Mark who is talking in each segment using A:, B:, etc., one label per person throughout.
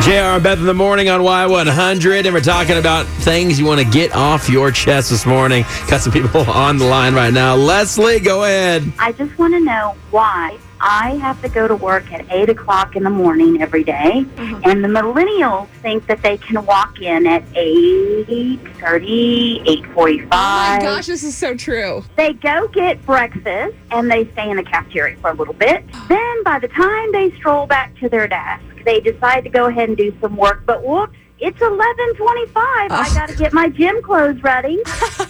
A: JR Beth in the morning on Y100, and we're talking about things you want to get off your chest this morning. Got some people on the line right now. Leslie, go ahead.
B: I just want to know why I have to go to work at 8 o'clock in the morning every day,
C: Mm-hmm.
B: and the millennials think that they can walk in at 8.30, 8.45.
C: Oh my gosh, this is so true.
B: They go get breakfast, and they stay in the cafeteria for a little bit. Then by the time they stroll back to their desk, they decide to go ahead and do some work, but whoops. It's 11:25. I got to get my gym clothes ready.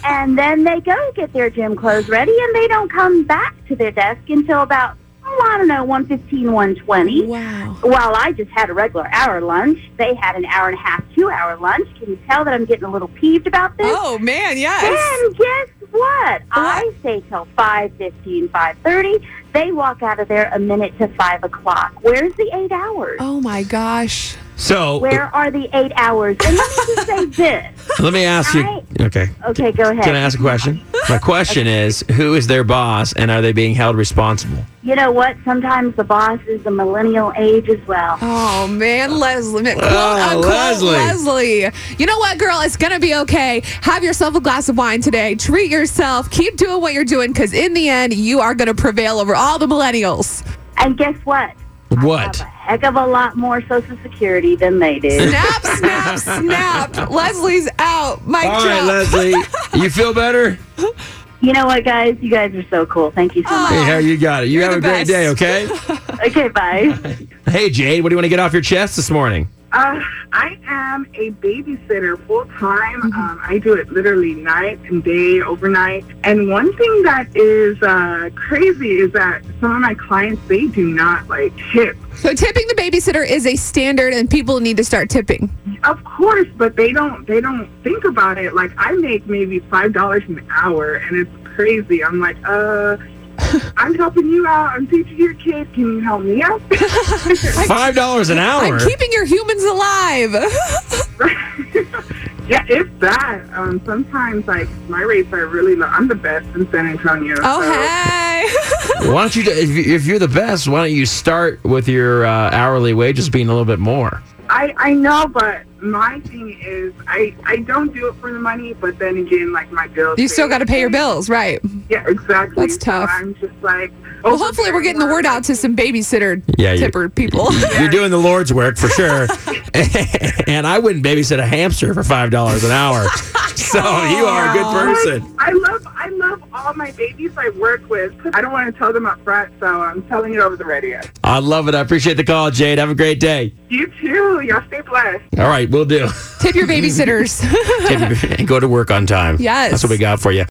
B: and then they go get their gym clothes ready and they don't come back to their desk until about oh, I don't know, 115, 120.
C: Wow.
B: While I just had a regular hour lunch, they had an hour and a half, two hour lunch. Can you tell that I'm getting a little peeved about this?
C: Oh man, yes.
B: And guess what? I stay till 5.15, 5.30. They walk out of there a minute to 5 o'clock. Where's the eight hours?
C: Oh my gosh.
A: So uh,
B: Where are the eight hours? And let me just say this.
A: let me ask you.
B: I-
A: Okay.
B: Okay, go ahead.
A: Can I ask a question? My question is who is their boss, and are they being held responsible?
B: You know what? Sometimes the boss is the millennial age as well.
C: Oh man, Leslie, quote
A: Oh,
C: unquote
A: Leslie.
C: Leslie. You know what, girl? It's gonna be okay. Have yourself a glass of wine today. Treat yourself. Keep doing what you're doing, because in the end, you are gonna prevail over all the millennials.
B: And guess what?
A: What?
B: A heck of a lot more Social Security than they do.
C: Snap, snap, snap. Leslie's out. Mike
A: All right, Leslie. You feel better?
B: you know what, guys? You guys are so cool. Thank you so much.
A: Hey, how you got it. You
C: You're
A: have
C: the
A: a great
C: best.
A: day, okay?
B: Okay, bye.
A: Hey, Jade, what do you want to get off your chest this morning?
D: Uh, I am a babysitter full time. Um, I do it literally night and day, overnight. And one thing that is uh, crazy is that some of my clients they do not like tip.
C: So tipping the babysitter is a standard, and people need to start tipping.
D: Of course, but they don't they don't think about it. Like I make maybe five dollars an hour, and it's crazy. I'm like, uh. I'm helping you out. I'm teaching your kid. Can you help me out?
A: $5 an hour?
C: I'm keeping your humans alive. Oh,
D: yeah, it's bad. Um, sometimes, like, my rates are really low. I'm the best in San Antonio.
C: Oh,
D: so-
C: hey.
A: Why don't you, if you- if you're the best, why don't you start with your uh, hourly wages being a little bit more?
D: I, I know, but my thing is I, I don't do it for the money, but then again, like my bills.
C: you still got to pay your bills, right?
D: Yeah, exactly.
C: That's tough.
D: So I'm just like.
C: Well, hopefully, we're getting the word out to some babysitter
A: Yeah, you-
C: tipper people.
A: You're doing the Lord's work for sure. and I wouldn't babysit a hamster for $5 an hour. So you are a good person.
D: I love I love all my babies I work with. I don't want to tell them up front, so I'm telling it over the radio.
A: I love it. I appreciate the call, Jade. Have a great day.
D: You too. Y'all stay blessed.
A: All right, we'll do.
C: Tip your babysitters.
A: and go to work on time.
C: Yes.
A: That's what we got for you.